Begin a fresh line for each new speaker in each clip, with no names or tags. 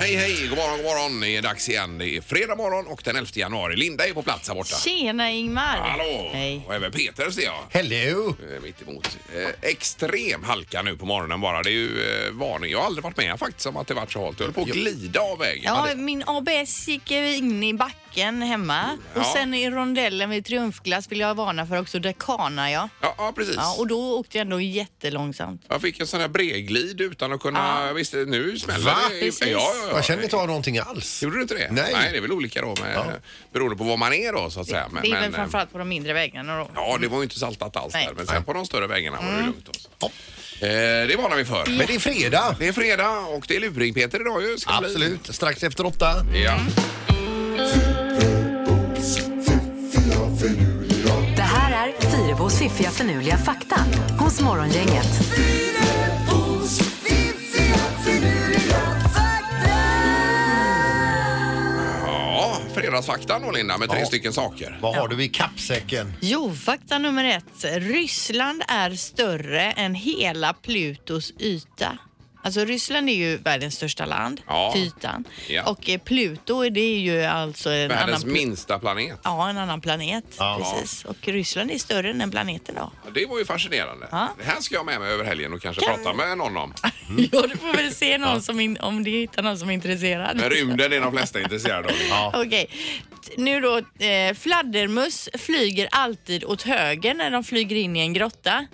Hej, hej! God morgon, god morgon. Det är dags igen. Det är fredag morgon och den 11 januari. Linda är på plats här borta.
Tjena Ingmar!
Hallå!
Hej.
Och även Peter ser jag.
Hello!
Eh, Mitt emot. Eh, extrem halka nu på morgonen bara. Det är ju eh, varning. Jag har aldrig varit med faktiskt om att det varit så halt. Jag höll på att glida av vägen.
Ja,
det-
min ABS gick eh, in i backen hemma
Ja.
och sen i rondellen vid Triumfglass vill jag varna för också, där kanar jag.
ja, ja, precis.
Ja, och då åkte jag ändå jättelångsamt.
Jag fick en sån här bredglid utan att kunna... Visst, nu smäller
Va?
det. Ja,
Precis.
ja, ja.
Jag känner inte av någonting alls.
Gjorde du inte det?
Nej.
Nej, det är väl olika då med, beroende på var man är då så att säga. Men-
det är
men,
väl
eh,
framförallt på de mindre vägarna då.
Ja, det var ju inte saltat alls
Nej. Mm.
där. Men sen på de större vägarna var det ju lugnt också.
Ja.
Eh, det varnar vi för.
Men det är fredag.
Det är fredag och det är luring Peter idag ju. Ska det bli.
Absolut. Strax efter åtta.
Ja.
Det här är Fyrabos fiffiga förnuliga fakta hos Morgongänget.
ja, fredagsfaktan då Linda med tre
Ja.
stycken saker.
Vad har du i kappsäcken?
Jo, fakta nummer ett. Ryssland är större än hela Plutos yta. Alltså Ryssland är ju världens största land
Ja.
till ytan.
Ja.
Och eh, Pluto det är ju alltså en
Världens
annan... pla-
minsta planet.
Ja, en annan planet.
Ja.
Precis. Och Ryssland är större än den planeten då.
Ja, Det var ju fascinerande.
Ja.
Det här ska jag med mig över helgen och kanske
Kan-
prata med någon om.
ja, du får väl se någon som in, om du hittar någon som är intresserad.
Men rymden är de flesta intresserade av.
Okej. T- Nu då, eh, fladdermus flyger alltid åt höger när de flyger in i en grotta.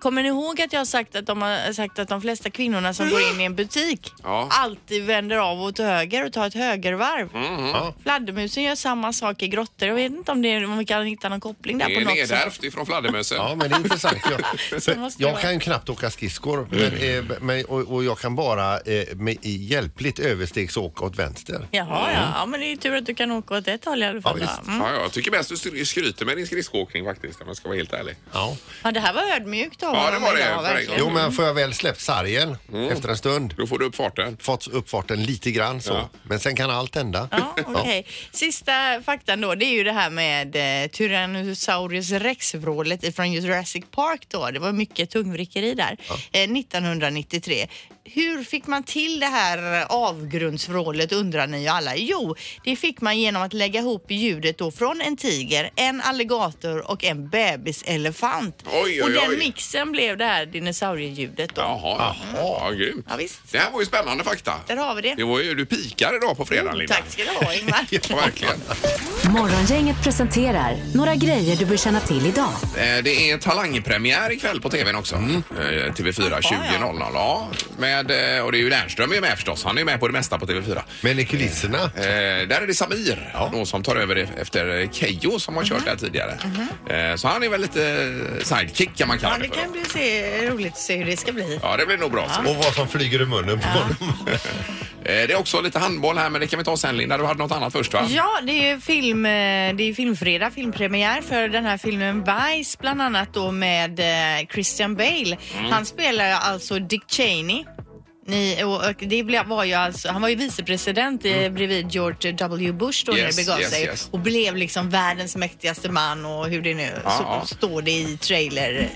Kommer ni ihåg att jag har sagt att de, har sagt att de flesta kvinnorna som går in i en butik
Ja.
alltid vänder av åt höger och tar ett högervarv?
Ja.
Fladdermusen gör samma sak i grottor. Jag vet inte om, det är, om vi kan hitta någon koppling där
Det
på
är
något sätt.
nedärvt ifrån fladdermössen.
Ja, men det är intressant.
Så
Jag,
måste det
jag
vara. Mm.
kan ju knappt åka skridskor men, eh, men, och, och jag kan bara eh, med i hjälpligt överstegsåka åt vänster.
Jaha, ja. ja. Men det är ju tur att du kan åka åt ett håll i alla fall.
Ja,
va?
visst.
Mm.
Mm. Ja, ja, jag tycker mest du skry- skryter med din skridskoåkning faktiskt om jag ska vara helt ärlig.
Ja.
Ja, det här var ödmjukt av
Ja,
honom
det var det,
idag,
för en
verkligen.
Jo, men får jag väl släppt sargen
Mm.
efter en stund,
Då får du upp farten.
fått upp farten lite grann så,
Ja.
men sen kan allt hända.
Ja, okej. Sista faktan då, det är ju det här med eh, Tyrannosaurus rex-vrålet ifrån Jurassic Park då. Det var mycket tungvrickeri där. Eh, 1993. Hur fick man till det här eh, avgrundsvrålet undrar ni ju alla. Jo, det fick man genom att lägga ihop ljudet då från en tiger, en alligator och en bebiselefant.
Oj, oj,
och
oj.
den mixen blev det här dinosaurieljudet då.
Jaha, ja, grymt.
Ja, visst.
Det här var ju spännande fakta.
Där har vi det.
Det var ju, du pikar idag på fredagen, Linda.
Mm, Tack ska du ha Ingmar.
Ja, verkligen.
Morgongänget presenterar några grejer du bör känna till idag.
Eh, Det är talangpremiär ikväll på tvn också. Eh, TV4 20.00. Ja, med, eh, och det är ju Lernström är ju med förstås. Han är ju med på det mesta på TV4.
Men i kulisserna,
Eh, där är det Samir då, som tar över efter eh, Keyyo som har
Mhm.
kört där tidigare. Eh, så han är väl lite eh, sidekick kan man kalla
Ja,
det
det
för.
kan
då.
bli se, roligt att se hur det ska bli.
Ja, det blir nog bra.
och vad som flyger ur munnen på dem.
Eh, det är också lite handboll här men det kan vi ta sen Linda. Du hade något annat först va?
Ja, det är ju film, eh, det är filmfredag, filmpremiär för den här filmen Vice bland annat då med eh, Christian Bale. Han spelar alltså Dick Cheney. Ni, och, och det ble- var ju alltså, han var ju vicepresident eh, bredvid George W Bush då när
Yes,
det begav
yes,
sig
yes.
och blev liksom världens mäktigaste man och hur det nu
Ja,
så,
ja.
står det i trailer,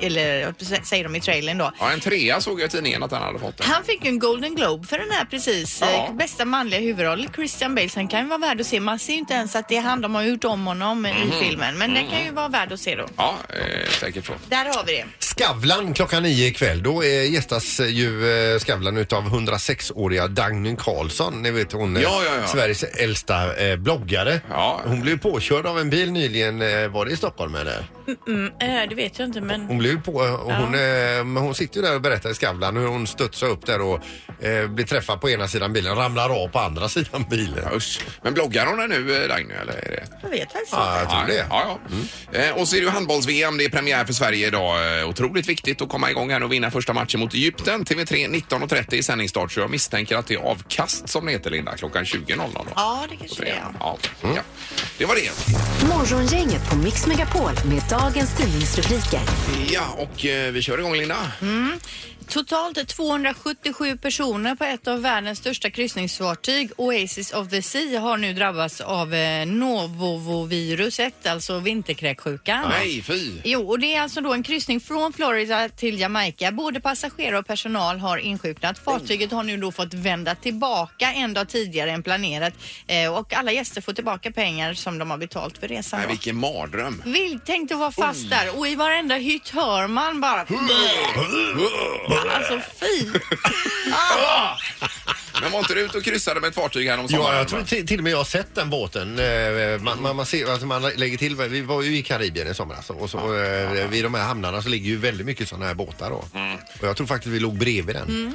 eller vad säger de i trailern då.
Ja, en trea såg jag i tidningen att han hade fått.
Han fick ju en Golden Globe för den här precis.
Ja.
Eh, Bästa manliga huvudroll, Christian Bale. Sen kan ju vara värd att se. Man ser ju inte ens att det är han. De har gjort om honom i
Mhm.
filmen. Men den kan ju vara värd att se då.
Ja, eh, säkert så.
Där har vi det.
Skavlan klockan nio ikväll. Då eh, gästas eh, ju eh, Skavlan utav 106-åriga Dagny Karlsson. Ni vet hon, eh,
Ja, ja, ja.
Sveriges äldsta eh, bloggare.
Ja.
Hon blev påkörd av en bil nyligen. Eh, var det i Stockholm eller?
Mm, eh, det vet jag inte men...
Hon blev på... Och hon, eh, men hon sitter ju där och berättar i Skavlan hur hon studsar upp där och eh, blir träffad på ena sidan bilen, ramlar av på andra sidan bilen.
Ja, Usch. Men bloggar hon det nu, eh, Dagny? Eller är det?
Jag vet faktiskt
Ja,
inte.
jag tror det. Mm.
Ja, ja. Eh, Och så är det ju handbolls-VM. Det är premiär för Sverige idag. Eh, Otroligt viktigt att komma igång här och vinna första matchen mot Egypten. TV3 19.30 i sändningsstart. Så jag misstänker att det är avkast som det heter, Linda, klockan 20.00. Då.
Ja, det kanske det är.
Ja.
Mm.
ja. Det var det.
Morgongänget på Mix Megapol med dagens tidningsrubriker.
Mm.
Ja, och eh, vi kör igång, Linda.
Totalt 277 personer på ett av världens största kryssningsfartyg, Oasis of the Sea, har nu drabbats av eh, novoviruset, alltså vinterkräksjukan.
Nej, fy!
Jo, och det är alltså då en kryssning från Florida till Jamaica. Både passagerare och personal har insjuknat. Fartyget har nu då fått vända tillbaka en dag tidigare än planerat eh, och alla gäster får tillbaka pengar som de har betalt för resan.
Nej,
då.
vilken mardröm.
Vill, tänk att vara fast där och i varenda hytt hör man bara... Alltså fy!
Men var inte du ute och kryssade med ett fartyg här om sommaren?
Ja, jag tror till, till och med jag har sett den båten. Eh, Man, man, man ser att man lägger till. Vi var ju i Karibien i somras och så, eh, vid de här hamnarna så ligger ju väldigt mycket sådana här båtar då. Och jag tror faktiskt vi låg bredvid den.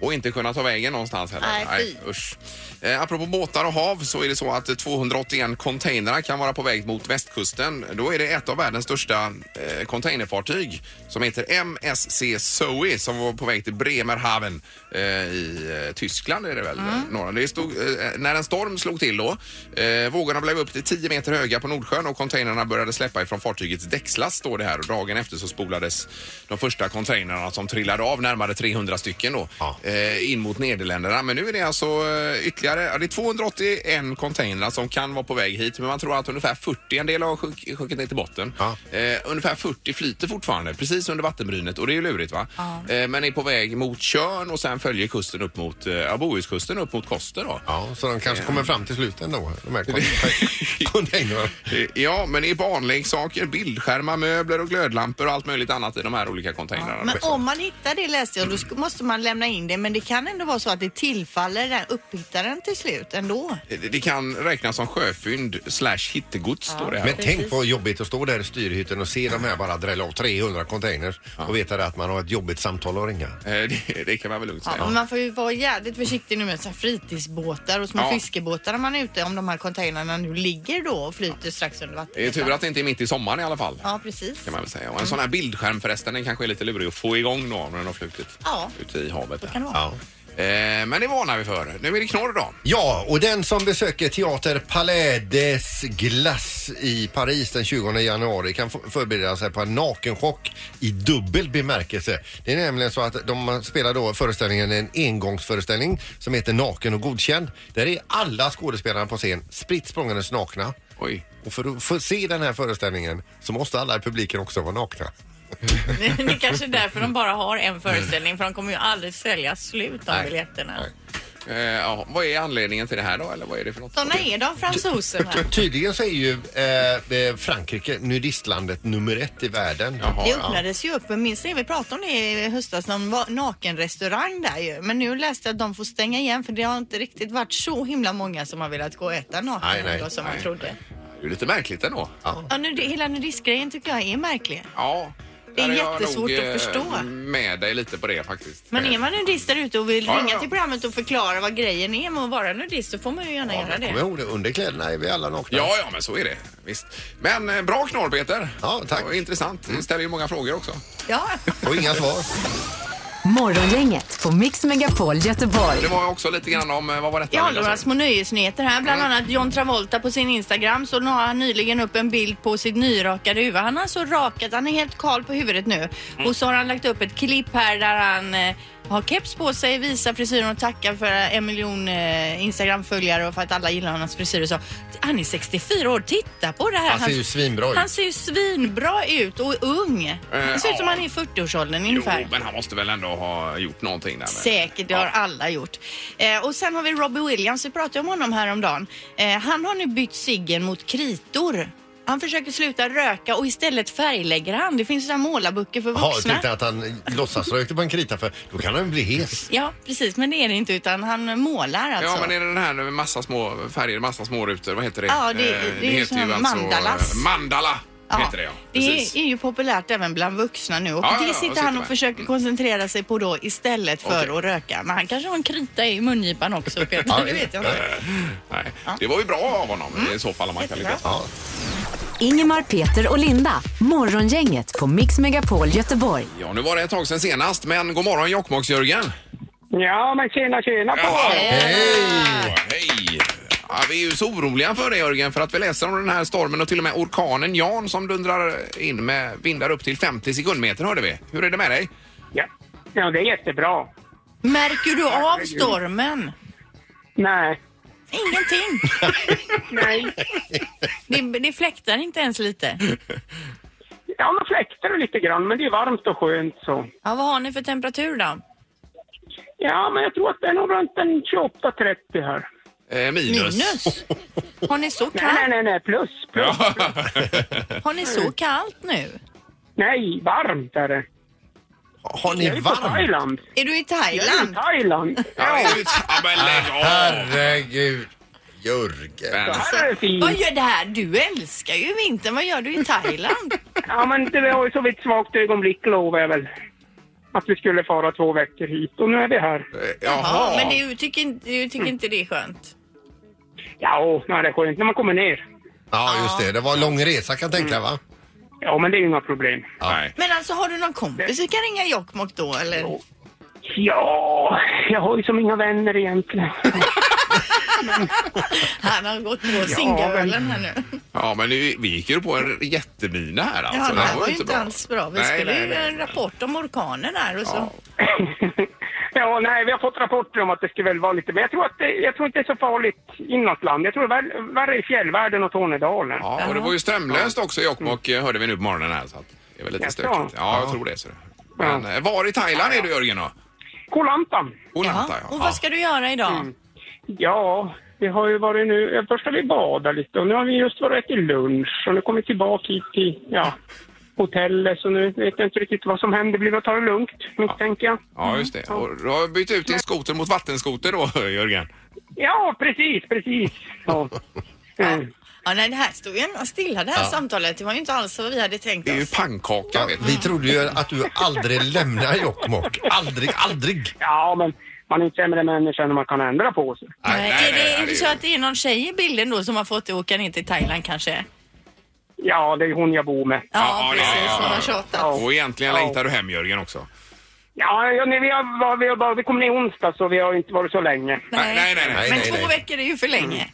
Och inte kunna ta vägen någonstans heller.
Nej, fy.
usch. Eh, apropå båtar och hav så är det så att 281 containrar kan vara på väg mot västkusten. Då är det ett av världens största eh, containerfartyg som heter MSC Zoe som var på väg till Bremerhaven eh, i eh, Tyskland är det väl?
Mm.
Norra. Det stod, eh, när en storm slog till då, eh, vågorna blev upp till 10 meter höga på Nordsjön och containrarna började släppa ifrån fartygets däckslast står det här och dagen efter så spolades de första containrarna som trillade av, närmare 300 stycken då
Ja.
eh, in mot Nederländerna. Men nu är det alltså eh, ytterligare, ja, det är 281 containrar som kan vara på väg hit. Men man tror att ungefär 40, en del har sjunk- sjunkit ner till botten.
Ja.
Eh, ungefär 40 flyter fortfarande precis under vattenbrynet och det är ju lurigt va? Eh, men är på väg mot Tjörn och sen följer kusten upp mot, eh, ja, Bohuskusten upp mot Koster då.
Ja, så de kanske kommer fram till slut ändå. De här contain- containrarna.
Eh, Ja, men det är barnleksaker, bildskärmar, möbler och glödlampor och allt möjligt annat i de här olika containrarna.
Men om man hittar det läste jag, då sk- måste man lämna in det. Men det kan ändå vara så att det tillfaller den upphittaren till slut ändå.
Eh, Det det kan räknas som sjöfynd slash hittegods står det här.
Men tänk vad jobbigt att stå där i styrhytten och se de här bara drälla av 300 containers och veta det att man har ett jobbigt samtal att ringa.
Eh, Det, det kan man väl lugnt säga.
Ja, men man får ju vara jävligt försiktig nu med så här fritidsbåtar och små
Ja.
fiskebåtar när man är ute om de här containrarna nu ligger då och flyter strax under vattnet.
Det är tur att det inte är mitt i sommaren i alla fall.
Ja, precis.
Kan man väl säga. Och en sån här bildskärm förresten, den kanske är lite lurig att få igång då om den har flutit
Ja.
ute i havet. där.
Kan det vara.
Ja.
Eh, men det varnar vi för. Nu är det knorr då.
Ja, och den som besöker Teater Palais des Glaces i Paris den 20 januari kan f- förbereda sig på en nakenchock i dubbel bemärkelse. Det är nämligen så att de spelar då föreställningen, en engångsföreställning som heter Naken och godkänd. Där är alla skådespelarna på scen spritt språngandes nakna.
Oj.
Och för att få se den här föreställningen så måste alla i publiken också vara nakna.
det är kanske därför de bara har en föreställning för de kommer ju aldrig sälja slut av biljetterna.
Eh, ja, vad är anledningen till det här då? Eller vad är det för något?
Sådana är de fransoserna.
Tydligen så är ju eh, eh, Frankrike nudistlandet nummer ett i världen.
Jaha,
Det
ja.
öppnades ju upp, minns ni? Vi pratade om det i höstas, någon va- nakenrestaurang där ju. Men nu läste jag att de får stänga igen för det har inte riktigt varit så himla många som har velat gå och äta naken
Nej, nej,
då, som man
nej,
trodde.
Det är lite märkligt ändå.
Ja.
Ja, nu, det, hela nudistgrejen tycker jag är märklig.
Ja.
Det är
där jag
jättesvårt
nog,
att
eh,
förstå.
med dig lite på det faktiskt.
Men
Eh,
är man nudist där ute och vill
Ja,
ringa
ja.
till programmet och förklara vad grejen är med att vara nudist så får man ju gärna göra
Kom
det.
ihåg det, under kläderna är vi alla nakna.
Eh, Ja, ja, men så är det. Visst. Men eh, bra knorr, Peter.
Ja, tack. Mm.
Det var Intressant. Vi ställer ju många frågor också.
Ja.
Och inga svar.
Morgongänget på Mix Megapol Göteborg.
Det var också lite grann om, eh, vad var detta?
Jag har
Linda, sa
några
du?
små nyhetsnyheter här. Bland
Mm.
annat John Travolta på sin Instagram så la han nyligen upp en bild på sitt nyrakade huvud. Han har så rakat, han är helt kal på huvudet nu.
Mm.
Och så har han lagt upp ett klipp här där han eh, har keps på sig, visar frisyren och tackar för en miljon eh, Instagram-följare och för att alla gillar hans frisyr. Och så. Han är 64 år, titta på det här.
Han ser ju svinbra ut. Eh,
Han ser ju svinbra ut och är ung. Han ser ut som
ja.
han är i 40-årsåldern
Jo,
ungefär.
men han måste väl ändå ha gjort någonting där. med-
Säkert, det har alla gjort. Eh, och sen har vi Robbie Williams, vi pratade om honom häromdagen. Eh, han har nu bytt ciggen mot kritor. Han försöker sluta röka och istället färglägger han. Det finns ju sådana målarböcker för
Jaha, jag
vuxna.
tänkte att han låtsasrökte på en krita för då kan han bli hes.
ja, precis, men det är det inte utan han målar alltså.
Ja, men är det den här med massa små färger, massa små rutor? Vad heter det?
Ja, det- det
Eh,
är ju
heter
som mandalas.
eh, Mandala
Ja,
heter det, ja. Precis.
det är ju populärt även bland vuxna nu och
Ja, ja,
det
ja,
sitter
jag sitter
han och
med. Mm.
försöker koncentrera sig på då istället för
Okej.
att röka. Men han kanske har en krita i mungipan också Peter,
Ja,
det vet jag inte.
Nej. Det var ju bra av honom i så fall om man kan
Mm. Jättebra.
lyckas.
Ja.
Ingemar, Peter och Linda. Morgongänget på Mix Megapol Göteborg.
Ja, nu var det ett tag sedan senast, men god morgon Jokkmokks-Jörgen.
Ja, men tjena, tjena på er!
Hej! Hej! Ja, vi är ju så oroliga för det Jörgen, för att vi läser om den här stormen och till och med orkanen Jan som dundrar in med vindar upp till 50 sekundmeter hörde vi. Hur är det med dig?
Ja. Ja, det är jättebra.
Märker du av stormen?
Nej.
Ingenting.
Nej.
Det, det fläktar inte ens lite.
Ja, man fläktar det lite grann, men det är varmt och skönt så.
Ja, vad har ni för temperatur då?
Ja, men jag tror att det är nog runt en 28-30 här.
Eh, minus.
Minus? Har ni så
Nej, nej,
kallt,
nej, nej, plus. plus.
Ja.
har ni så kallt nu?
Nej, varmt är det.
Har
Jag
ni
är på
varmt?
Thailand.
Är du i
Jag är i
Thailand?
Thailand.
Ja, det är ju- ja, men lägg av!
Herregud. Jörgen.
Men,
Det här är fint.
Vad gör det här? Du älskar ju vintern. Vad gör du i Thailand?
Ja, men det var ju så vid ett svagt ögonblick lovade jag väl att vi skulle fara två veckor hit och nu är vi här.
eh,
Ja, men
Jaha.
du tycker, inte- du tycker inte det är skönt?
Ja, åh, nej, det är skönt när man kommer ner.
Ja, just det. Det var en lång resa kan jag tänka va?
Ja, men det är ju inga problem.
Nej.
Men alltså, har du någon kompis du kan ringa Jokkmokk då, eller?
Ja, jag har ju som inga vänner egentligen.
Han har gått på singelölen här nu.
Ja, men nu, vi gick ju på en jättemina här
Ja,
alltså.
det här var ju inte alls bra. Vi
Nej,
skulle
nej,
ju
nej.
göra en rapport om orkanen här och så.
Ja.
ja, nej, vi har fått rapporter om att det skulle väl vara lite, men jag tror att det, jag tror inte det är så farligt inåt land. Jag tror det är vär- värre i fjällvärlden och Tornedalen.
Ja, och det var ju strömlöst också i Jokkmokk hörde vi nu på morgonen här. Så att det är väl lite
Jaså?
stökigt. Ja, jag tror det. Så. det. Men eh, var i Thailand är du Jörgen då?
Koh Lanta.
Hon antar
Jaha.
jag.
Och vad ska du göra idag?
Ja, vi har ju varit nu, först har vi badat lite och nu har vi just varit till lunch och nu kommer vi tillbaka hit till, ja, hotellet så nu vet jag inte riktigt vad som händer. Blir det att ta det lugnt, misstänker jag.
Ja, just det. Och du har bytt ut din skoter mot vattenskoter då, Jörgen?
Ja, precis, precis. Ja. Mm.
Ja, nej, det här stod ju ändå stilla det här samtalet. Det var ju inte alls vad vi hade tänkt
Det är ju
oss.
pannkaka,
Ja,
vet
vi
du.
trodde ju att du aldrig lämnar Jokkmokk. Aldrig, aldrig.
Ja, men man är inte sämre människa än man kan ändra på sig.
Nej,
Nej,
nej,
är, det,
nej,
är det
ju-
så att det är någon tjej i bilden då som har fått åka ner till Thailand kanske?
Ja, det är hon jag bor med.
Ja,
Ja,
det är-
precis.
ja,
Som
ja.
har tjatat.
Ja.
Och egentligen
Ja.
längtar du hem, Jörgen, också?
Ja, ja nej, vi, har, var- vi, har, bara- vi kom ner i onsdag så vi har ju inte varit så länge.
Nej, nej, nej. nej. Mm.
Men
nej,
två
nej.
veckor är ju för länge.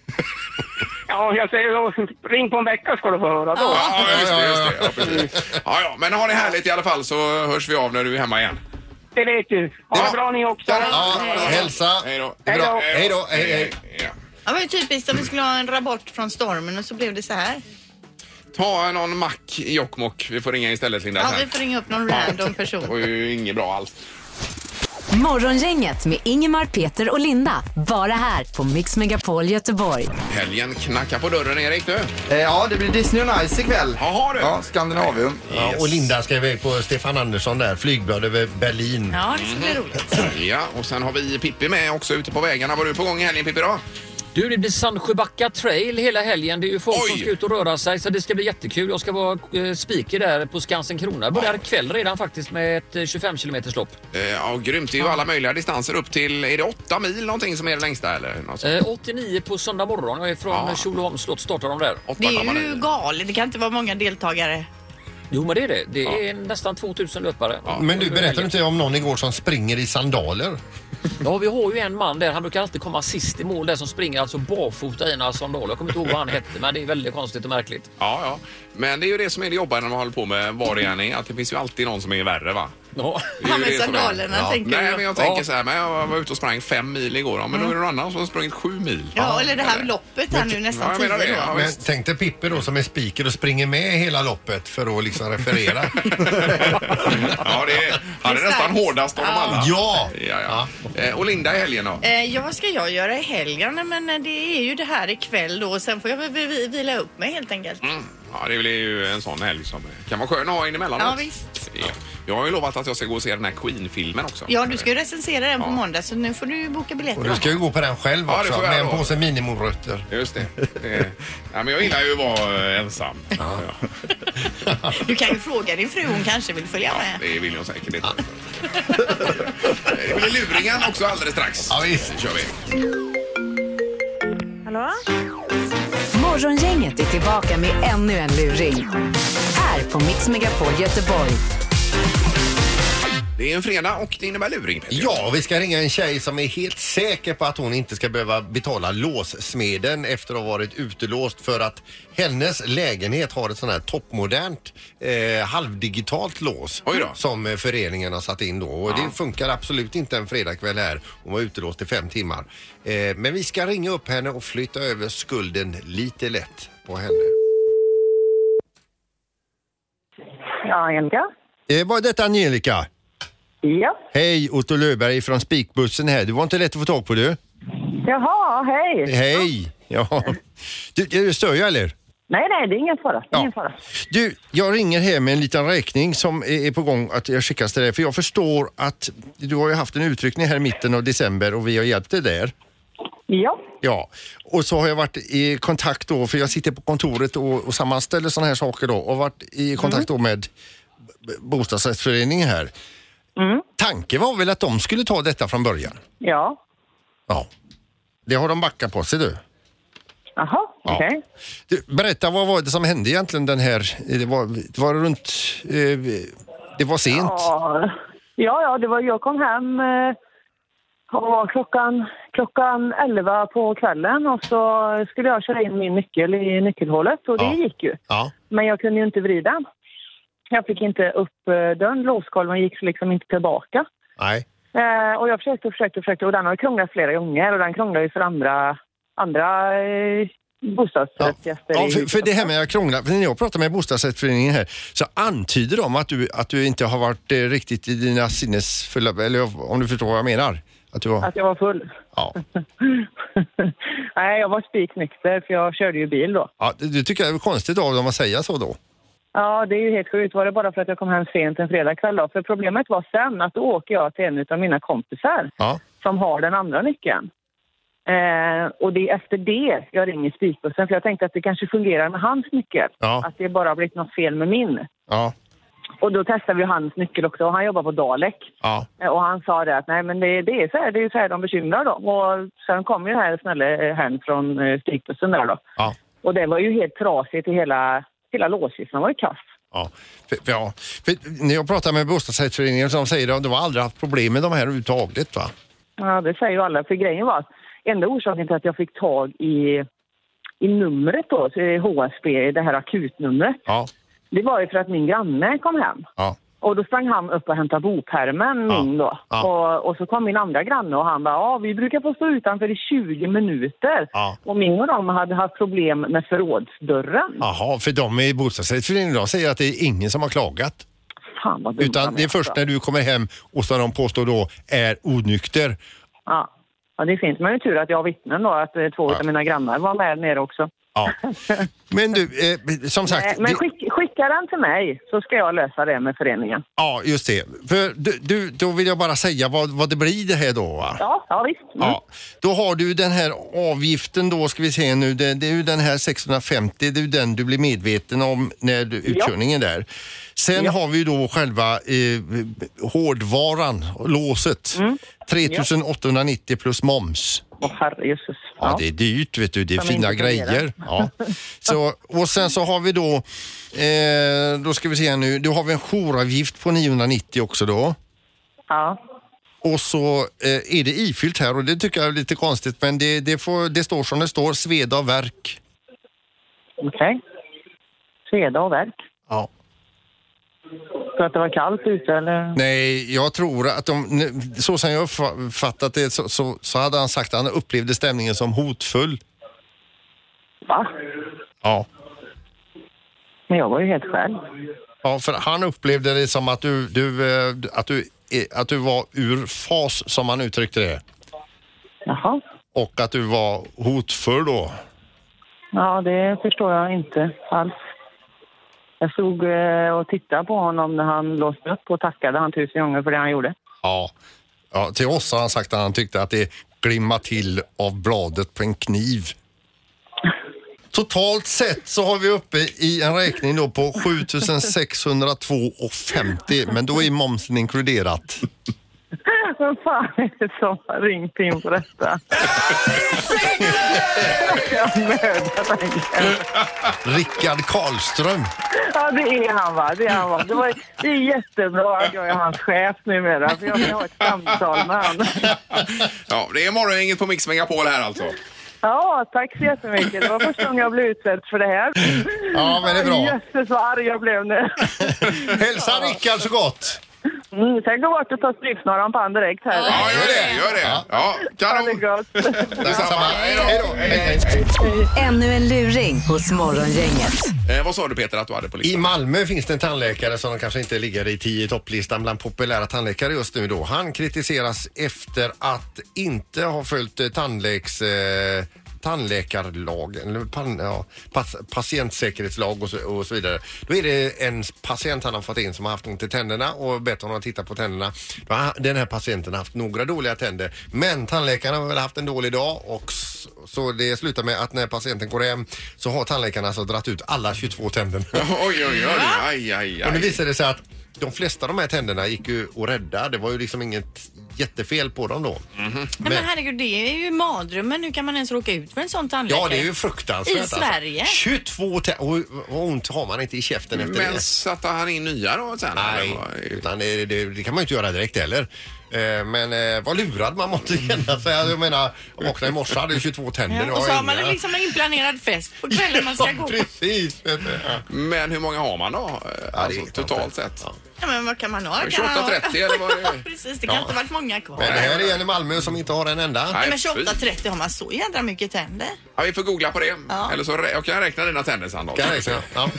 Ja, jag säger då, ring på en vecka ska du få höra då.
Ja, ja, just det. Just det. Ja, precis. Ja, ja, men ha det härligt i alla fall så hörs vi av när du är hemma igen.
Det vet du. Ha
Ja.
det bra ni också.
Ja, hälsa.
Hej då.
Det är bra.
Hej
Hej då. Hej, hej.
Ja.
Ja, men typiskt om vi skulle ha en rapport från stormen och så blev det så här.
Ta någon mack i Jokkmokk. Vi får ringa istället, Linda.
Ja,
sen.
vi får ringa upp någon random person.
Det var ju inget bra alls.
Morgongänget med Ingemar, Peter och Linda. Bara här på Mix Megapol Göteborg.
Helgen knackar på dörren, Erik. Du.
Eh, Ja, det blir Disney on Ice ikväll.
Jaha, du.
Ja, Skandinavium.
Ja, och Linda ska iväg på Stefan Andersson där, flygblad över Berlin.
Ja, det ska
Mm.
bli roligt.
Ja, och sen har vi Pippi med också ute på vägarna. Var du på gång i helgen, Pippi? Då?
Du, det blir Sandsjöbacka trail hela helgen. Det är ju folk som
Oj!
ska ut och röra sig så det ska bli jättekul. Jag ska vara eh, speaker där på Skansen Krona. Börjar ikväll redan faktiskt med ett eh, 25 kilometers lopp.
Eh, Ja, grymt. Det är ju alla möjliga distanser upp till... Är det åtta mil någonting som är det längsta? Eller? Något sånt.
Eh, 89 på söndag morgon. Jag är från
Ja.
ja. Tjolöholms slott. Startar de där?
Åtta
Det är ju
8,9.
galet. Det kan inte vara många deltagare.
Jo, men det är det. Det är nästan 2000 löpare.
Men du berättade inte om någon igår som springer i sandaler?
Ja, vi har ju en man där. Han brukar alltid komma sist i mål där som springer alltså barfota i några sandaler. Jag kommer inte ihåg vad han hette, men det är väldigt konstigt och märkligt.
Ja, ja. Men det är ju det som är det jobbiga när man håller på med vad det än är. Att det finns ju alltid någon som är värre, va?
Ja.
Det är ju
Han med
det som är-
sandalerna tänker
Nej,
du.
men
då.
jag tänker så här. Men jag var ute och sprang fem mil igår. Ja, men då är det någon annan som har sprungit sju mil.
Ja, eller det här loppet här nu
Ja,
nästan
jag
tio
menar det.
då.
Ja,
Men
visst.
tänk dig Pippi då som är speaker och springer med hela loppet för att liksom referera.
ja, det är, han är
Det är
nästan
starkt.
hårdast av dem alla.
ja!
Ja, ja. Eh, Och Linda i helgen då?
Eh, ja, vad ska jag göra i helgen? Nej, Men eh, det är ju det här ikväll då och sen får jag väl vi- vi- vila upp mig helt enkelt.
Mm. Ja, det blir ju en sån helg som kan vara skön att ha in emellanåt.
Ja, visst.
Ja. Jag har ju lovat att jag ska gå och se den här Queen-filmen också.
Ja, du ska ju recensera den på
Ja.
måndag så nu får du ju boka biljetter.
Och du ska ju gå på den själv
Ja, det
också
får jag
med en
då.
påse minimorötter.
Just det. Eh, ja, men jag gillar ju att vara eh, ensam. Ja.
Du kan ju fråga din fru, hon kanske vill följa med.
Det vill jag säkert inte. Eh, Det blir luringen också alldeles strax.
Ja, visst.
Nu kör vi.
Morgongänget är tillbaka med ännu en luring. Här på Mix Megapol Göteborg.
Det är en fredag och det innebär luring Peter.
Ja, vi ska ringa en tjej som är helt säker på att hon inte ska behöva betala låssmeden efter att ha varit utelåst för att hennes lägenhet har ett sånt här toppmodernt eh, halvdigitalt lås
Oj då.
som eh, föreningen har satt in då. Och det funkar absolut inte en fredagkväll här. Hon var utelåst i fem timmar. Eh, men vi ska ringa upp henne och flytta över skulden lite lätt på henne.
Ja, Angelica?
Eh, var detta Angelica?
Ja.
Hej, Otto Löfberg från Spikbussen här. Du var inte lätt att få tag på du.
Jaha, hej.
Hej! Ja. Du, du, stör jag eller?
Nej, nej, det är ingen fara. Det är
Ja.
Ingen fara.
Du, jag ringer här med en liten räkning som är är på gång att jag skickas till dig. För jag förstår att du har ju haft en utryckning här i mitten av december och vi har hjälpt dig där.
Ja.
Ja, och så har jag varit i kontakt då, för jag sitter på kontoret och, och sammanställer sådana här saker då och varit i kontakt då med b- bostadsrättsföreningen här. Tanken var väl att de skulle ta detta från början?
Ja.
Ja. Det har de backat på sig du.
Jaha, okej.
Du, berätta, vad var det som hände egentligen den här... Det var, det var runt... Eh, det var sent.
Ja. ja, ja, det var jag kom hem eh, och var klockan, klockan 11 på kvällen och så skulle jag köra in min nyckel i nyckelhålet och det
Ja.
gick ju.
Ja.
Men jag kunde ju inte vrida den. Jag fick inte upp eh, dörren, låskolven gick liksom inte tillbaka.
Nej.
Eh, och jag försökte och försökte och försökte och den har ju krånglat flera gånger och den krånglar ju för andra, andra eh,
Ja.
bostadsrättsgäster.
Ja,
i
för,
huset.
för det här med att krångla, för när jag pratar med bostadsrättsföreningen här så antyder de att du, att du inte har varit eh, riktigt i dina sinnesfulla... Eller om du förstår vad jag menar. Att du var,
Att jag var full.
ja.
Nej, jag var spiknykter för jag körde ju bil då.
Ja, det, det tycker jag är konstigt av dem att säga så då.
Ja, det är ju helt sjukt. Var det bara för att jag kom hem sent en fredagkväll då? För problemet var sen att då åker jag till en av mina kompisar
Ja.
som har den andra nyckeln. Eh, och det är efter det jag ringer spikbussen för jag tänkte att det kanske fungerar med hans nyckel.
Ja.
Att det bara har blivit något fel med min.
Ja.
Och då testade vi hans nyckel också och han jobbar på Dalek.
Ja.
Eh, Och han sa det att nej men det, det är så här, det är ju så här de bekymrar dem. Och sen kom ju den här snälla eh, herrn från eh, stikbussen där då.
Ja.
Och det var ju helt trasigt i hela, hela låshysan var ju kass.
Ja, för, för, ja. För när jag pratar med bostadsrättsföreningen som säger att de har aldrig haft problem med de här överhuvudtaget va?
Ja det säger ju alla. För grejen var att enda orsaken till att jag fick tag i, i numret då, så är HSB, det här akutnumret.
Ja,
Det var ju för att min granne kom hem.
ja,
Och då sprang han upp och hämtade bopärmen
Ja.
min då.
Ja.
Och, och så kom min andra granne och han bara, ja vi brukar få stå utanför i 20 minuter.
Ja.
Och min och de hade haft problem med förrådsdörren.
Jaha, för de i bostadsrättsföreningen de säger att det är ingen som har klagat.
Fan vad dumma
Utan det
de
är först
alltså.
när du kommer hem och som de påstår då är onykter.
Ja. ja, det finns. Men det är tur att jag har vittnen då, att eh, två av mina grannar var med nere också.
Ja. Men du, eh, som
Nej,
sagt.
men
det-
skick, skicka den till mig så ska jag lösa det med föreningen.
Ja, just det. För du, du, då vill jag bara säga vad, vad det blir det här då va?
Ja, ja visst. Mm.
Ja, då har du den här avgiften då, ska vi se nu, det, det är ju den här 650, det är ju den du blir medveten om när du utkörningen där. Sen har vi ju då själva eh, hårdvaran, låset,
Mm.
3890 plus moms.
Åh herrejösses.
Ja, det är dyrt vet du, det är
Som
fina
inte fungerar.
grejer. Ja. Så, och sen så har vi då, eh, då ska vi se här nu, då har vi en jouravgift på 990 också då.
ja.
Och så eh, är det ifyllt här och det tycker jag är lite konstigt men det, det, får, det står som det står, sveda och verk.
Okej. Sveda och värk.
Ja.
För att det var kallt ute eller?
Nej, jag tror att de, så som jag uppfattat det så, så, så hade han sagt att han upplevde stämningen som hotfull.
Va?
Ja.
Men jag var ju helt själv.
Ja, för han upplevde det som att du, du, eh, att du, eh, att du var ur fas som han uttryckte det.
Jaha.
Och att du var hotfull då.
Ja, det förstår jag inte alls. Jag stod eh, och tittade på honom när han låste upp och tackade han tusen gånger för det han gjorde.
Ja. ja. Till oss har han sagt att han tyckte att det glimmade till av bladet på en kniv. Totalt sett så har vi uppe i en räkning då på 7602,50 men då är momsen inkluderat.
Vem fan är det som har ringt in på detta? Jag mördar dig.
Rickard Karlström.
Ja, det är han va? Det är, han, va? Det var, det är jättebra att jag är hans chef numera, för jag vill ha ett samtal med honom.
Ja, det är morgongänget på Mix Megapol här alltså.
Ja, tack så jättemycket. Det var första gången jag blev utsedd för det här.
Ja, men det är bra.
Jösses vad arg jag blev nu.
Hälsa Rickard så gott.
Mm, sen går bort och tar strypsnaran på han direkt här.
Ja, gör det, gör det. Ja,
Ha det
kanon.
gott.
Detsamma. Hej då.
Hej då. Hej, hej.
Ännu en luring hos Morgongänget.
Eh, vad sa du Peter att du hade på
I
listan?
Malmö finns det en tandläkare som kanske inte ligger i tio i topplistan bland populära tandläkare just nu då. Han kritiseras efter att inte ha följt eh, tandläks, eh, tandläkarlagen, eller pan, ja, pas, patientsäkerhetslag och så, och så vidare. Då är det en patient han har fått in som har haft ont i tänderna och bett honom att titta på tänderna. Då har den här patienten haft några dåliga tänder men tandläkaren har väl haft en dålig dag och s- så det slutar med att när patienten går hem så har tandläkaren alltså dratt ut alla 22 tänderna.
Oj, oj, oj. Aj, aj,
Och nu
aj.
visade det sig att de flesta av de här tänderna gick ju att rädda. Det var ju liksom inget jättefel på dem då.
Mhm.
Nej, men herregud, det är ju mardrömmen. Hur kan man ens råka ut för en sån tandläkare?
Ja, det är ju fruktansvärt.
I Sverige?
Alltså. 22 tänder. Och vad ont har man inte i käften efter
Men
det?
satte han in nya då sen?
Nej,
eller vad?
utan det, det, det kan man ju inte göra direkt heller. Eh, Men eh, vad lurad man måste känna sig. Alltså, Jag menar, jag vaknade i morse hade jag 22 tänder.
Ja,
Jag
och så har man
inga.
liksom en inplanerad fest på kvällen man ska
Ja,
gå på.
Precis! vet du. Ja.
Men hur många har man då? Eh, Alltså,
knappt
totalt
det.
sett?
Ja.
Ja, men vad kan man ha? Kan
28,
man ha-
30 eller vad är det?
Ja, Precis, det kan inte ha varit många kvar.
Men det här är en i Malmö som inte har en enda.
Nej,
Nej, men
fy.
28-30 har man så jädra mycket tänder.
Ja, vi får googla på det. Eller så rä- jag kan räkna dina tänder Sandholt.
Kan jag räkna? Ja.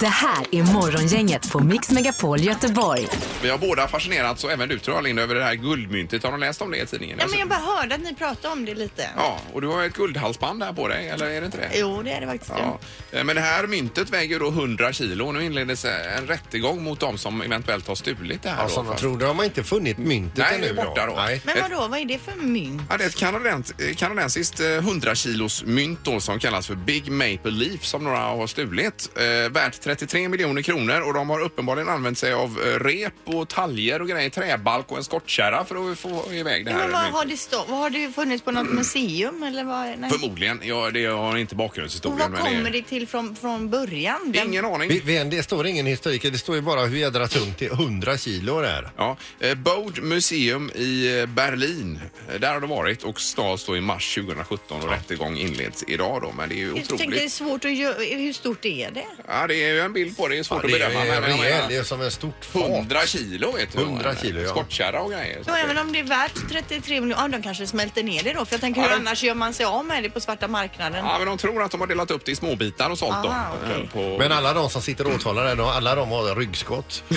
Det här är Morgongänget på Mix Megapol Göteborg.
Vi har båda fascinerats och även du tror jag Linda över det här guldmyntet. Har du läst om det i tidningen?
Ja, men jag bara hörde att ni pratade om det lite.
Alltså- Ja, och du har ett guldhalsband där på dig, eller är det inte det?
Jo, det är det faktiskt.
Ja. Eh, Men det här myntet väger ju då 100 kilo. Nu inleds eh, en rättegång mot dem som eventuellt har stulit det här.
Ja,
då,
som de
för-
trodde har Alltså, man inte funnit myntet
Nej, det
ännu.
är borta då.
Nej.
Men vadå, vad är det för mynt?
Ja, det är ett kanadens, eh, kanadensiskt eh, 100 kilos mynt då, som kallas för Big Maple Leaf som några har stulit. Eh, värt 33 miljoner kronor och de har uppenbarligen använt sig av eh, rep och taljer och grejer, träbalk och en skottkärra för att få iväg det
Ja,
här.
men vad
myntet.
har det stå- vad har det funnits på något museum eller vad? Nej.
Förmodligen. Ja, det har inte
Och
bakgrundshistorien.
vad
men
kommer det till från, från början? Vem-
Ingen aning.
Vi, vi, det står ingen historik, det står ju bara hur jädra tungt det är. 100 kilo det är.
Ja, eh, Bode Museum i eh, Berlin. Eh, Där har de varit och stals då i mars 2017 och rättegång inleds idag då. Men det är ju
Jag tänkte det är
otroligt.
svårt att göra. Hur stort är det?
Ja, det är ju en bild på det. Det är svårt
Ja, det,
att
är
bedöma. men jag
rejäl,
menar,
det är som en stort fat.
100 kilo vet du.
100 kilo, ja.
Skottkärra och grejer. Så
Och
att det-
även om det är värt 33 miljoner, ja, de kanske smälter ner det då. För jag tänker hur
Ja, de-
annars gör man sig av med det på svarta marknaden?
Ja, men de tror att de har delat upp det i småbitar och sålt
Aha,
dem.
okej.
eh, På...
Men alla de som sitter åtalade, de, alla de har ryggskott. eh,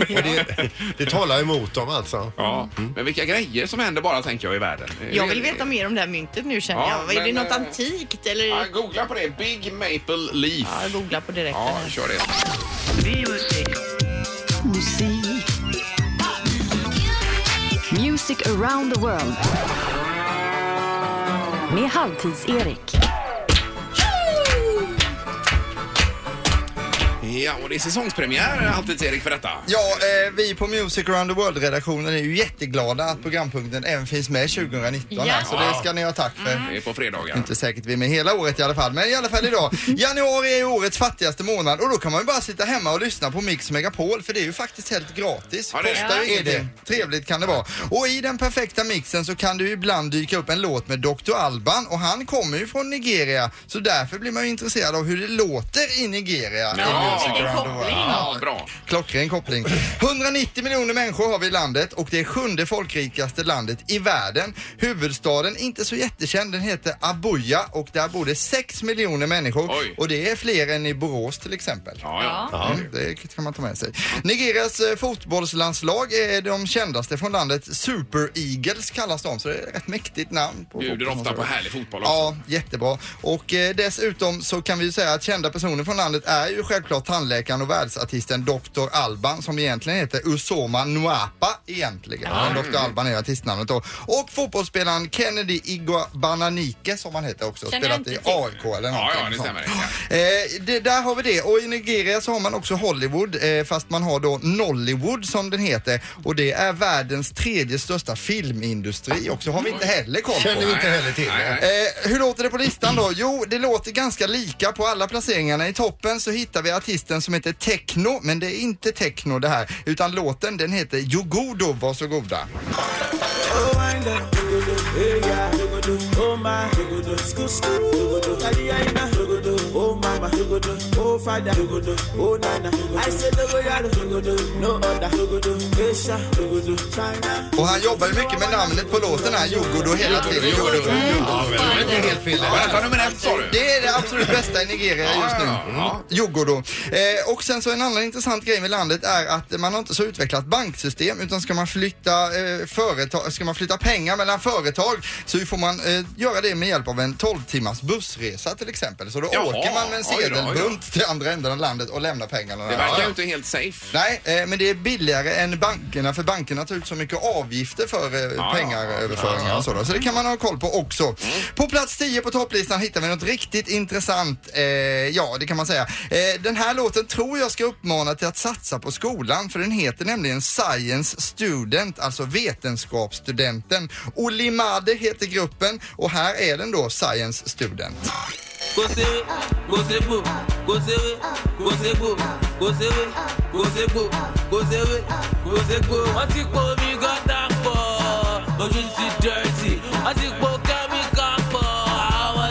och det, det talar emot dem alltså.
Ja, men vilka grejer som händer bara tänker jag i världen.
Jag vill veta mer om det här myntet nu känner
Ja,
jag. Vad Är det
men,
något
eh,
antikt eller?
Ja,
Ja,
googla på det. Big Maple Leaf.
jag googlar på direkten.
Ja,
här.
kör det.
Music around the world. Med Halvtids-Erik.
Ja, och det är säsongspremiär eh, alltid Erik för detta.
Ja, eh, vi på Music around the World-redaktionen är ju jätteglada att programpunkten även finns med 2019
Ja.
här, så det ska ni ha tack för.
Det är på fredagar.
Inte säkert vi är med hela året i alla fall, men i alla fall idag. Januari är ju årets fattigaste månad och då kan man ju bara sitta hemma och lyssna på Mix Megapol för det är ju faktiskt helt gratis.
Ja, det är det.
Kostar ju
Ja.
ingenting. Trevligt kan det vara. Och i den perfekta mixen så kan det ju ibland dyka upp en låt med Dr. Alban och han kommer ju från Nigeria så därför blir man ju intresserad av hur det låter i Nigeria. i
Ja,
Music
vilken
Around the World.
koppling.
Ja, bra.
Klockren koppling. 190 miljoner människor har vi i landet och det är sjunde folkrikaste landet i världen. Huvudstaden, inte så jättekänd, den heter Abuja och där bor det 6 miljoner människor
Oj.
och det är fler än i Borås till exempel.
Ja, ja.
Mm, det kan man ta med sig. Nigerias eh, fotbollslandslag är de kändaste från landet. Super Eagles kallas de, så det är ett rätt mäktigt namn. På
Bjuder
fotbollen.
ofta på härlig fotboll också.
Ja, jättebra. Och eh, dessutom så kan vi ju säga att kända personer från landet är ju självklart tandläkaren och världsartisten Dr. Alban som egentligen heter Usoma Nuapa egentligen. Men Dr. Alban är ju artistnamnet då. Och fotbollsspelaren Kennedy Igbananike som han heter också.
Känner jag
Spelat
inte
i
till.
AIK eller
Ja,
någonting
ja, det
sånt.
stämmer. Ja.
Eh, det, där har vi det. Och i Nigeria så har man också Hollywood eh, fast man har då Nollywood som den heter och det är världens tredje största filmindustri också. Har vi inte heller koll på.
Känner vi inte heller till.
Nej, nej.
Eh, hur låter det på listan då? Jo, det låter ganska lika på alla placeringarna. I toppen så hittar vi artisten som heter Techno, men det är inte Techno det här, utan låten den heter Yogodo, varsågoda. Och han jobbar ju mycket med namnet på låten här, Yogodo, hela tiden. Yogodo.
Ja, väldigt bra.
Helt fel.
Mm. Ja, Vänta, nummer ett sa du?
Det är det absolut bästa i Nigeria just nu. Mm.
Ja, ja,
Yogodo. Eh, och sen så en annan intressant grej med landet är att man har inte så utvecklat banksystem utan ska man flytta, eh, företag, ska man flytta pengar mellan företag så får man eh, göra det med hjälp av en 12 timmars bussresa till exempel. Så då
Jaha,
åker man med en
oj då, oj då.
sedelbunt till andra änden av landet och lämnar pengarna
Det
där.
verkar
Ja.
ju inte helt safe.
Nej, eh, men det är billigare än bankerna för bankerna tar ut så mycket avgifter för eh,
ja, Mm.
pengaröverföringar och sådär. Så det kan man ha koll på också. På plats 10 på topplistan hittar vi något riktigt intressant. Eh, ja, det kan man säga. Eh, den här låten tror jag ska uppmana till att satsa på skolan för den heter nämligen Science Student, alltså vetenskapsstudenten. Olimade heter gruppen och här är den då Science Student.
Det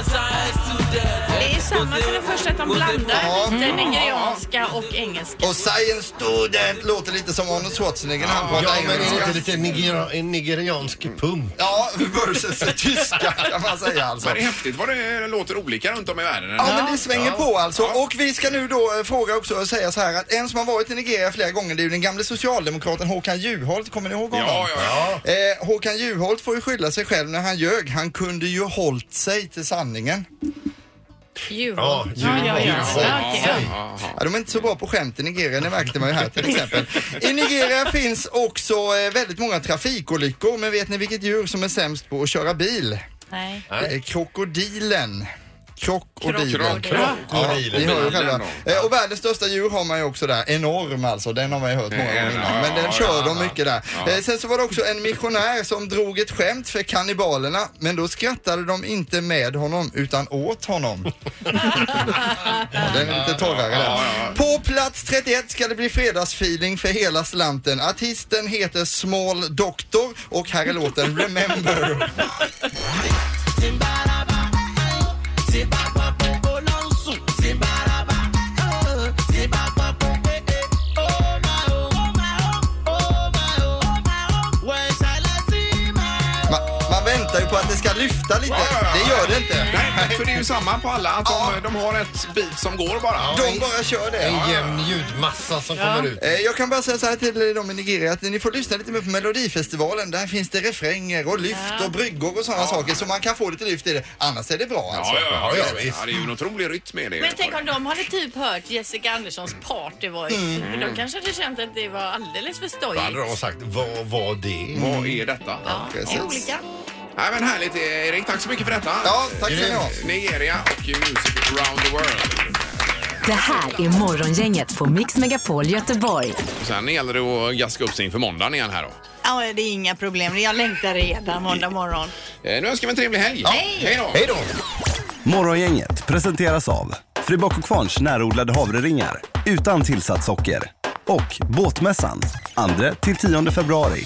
är samma som det första att de blandar lite nigerianska och engelska.
Mm. Och Science Student låter lite som Arnold Schwarzenegger när han pratar
Ja, men är det
engelska.
inte lite niger- en nigeriansk pump?
Ja, versus tyska kan man säga alltså.
Men det är häftigt vad det låter olika runt om i världen.
Ja, men det svänger på alltså. Och vi ska nu då eh, fråga också och säga så här att en som har varit i Nigeria flera gånger det är ju den gamle socialdemokraten Håkan Juholt. Kommer ni ihåg honom?
Ja, ja, ja.
Eh, Håkan Juholt får ju skylla sig själv när han ljög. Han kunde ju hållt sig till sanningen.
Ja,
Djurholm.
Djurholm.
Ja, okej, ja.
ja, ja.
Ja, de är inte så bra på skämt i Nigeria, det märkte man ju här till exempel. I Nigeria finns också eh, väldigt många trafikolyckor, men vet ni vilket djur som är sämst på att köra bil?
Nej.
Det är krokodilen. Krokodilen.
Krokodil.
Ja,
Krokodilen.
ni hör ju
bilen
själva.
då.
Eh, Och världens största djur har man ju också där. Enorm alltså, den har man ju hört många
Ja,
gånger innan.
ja,
Men den
ja,
kör
ja,
de
ja.
mycket där.
Ja.
Eh, Sen så var det också en missionär som drog ett skämt för kannibalerna. Men då skrattade de inte med honom utan åt honom. Ja, den är lite
Ja,
torrare
ja,
där.
ja.
På plats 31 ska det bli fredagsfeeling för hela slanten. Artisten heter Small Doctor och här är låten Remember. Man, man väntar ju på att det ska lyfta lite. Det gör det inte.
Nej, för det är ju samma på alla. Att de, de har ett bit som går bara.
De bara kör det.
En jämn ljudmassa som kommer ut.
Eh, Jag kan bara säga så här till dem i Nigeria att ni får lyssna lite mer på Melodifestivalen. Där finns det refränger och lyft och bryggor och sådana saker så man kan få lite lyft i det. Annars är det bra alltså.
Ja, ja,
Ja,
ja,
ja,
visst.
visst.
ja, det är ju en otrolig rytm i det.
Men tänk om de hade typ hört Jessica Anderssons party voice. Då kanske hade känt att det var alldeles för
Då hade de
stojigt.
sagt, vad var det?
Vad är detta?
Ja, det är olika.
Nej, men härligt Erik, tack så mycket för detta. Eh,
Ja, tack ska ni ha.
Nigeria och Music around the world.
Det här är Morgongänget på Mix Megapol Göteborg.
Sen gäller det att gaska upp sig inför måndagen igen här då.
Ja, det är inga problem. Jag längtar redan måndag morgon.
Eh, Nu önskar vi en trevlig helg. Hej! Hej då!
Hej då!
Morgongänget presenteras av Fribock och Kvarns närodlade havreringar utan tillsatt socker och Båtmässan 2-10 februari.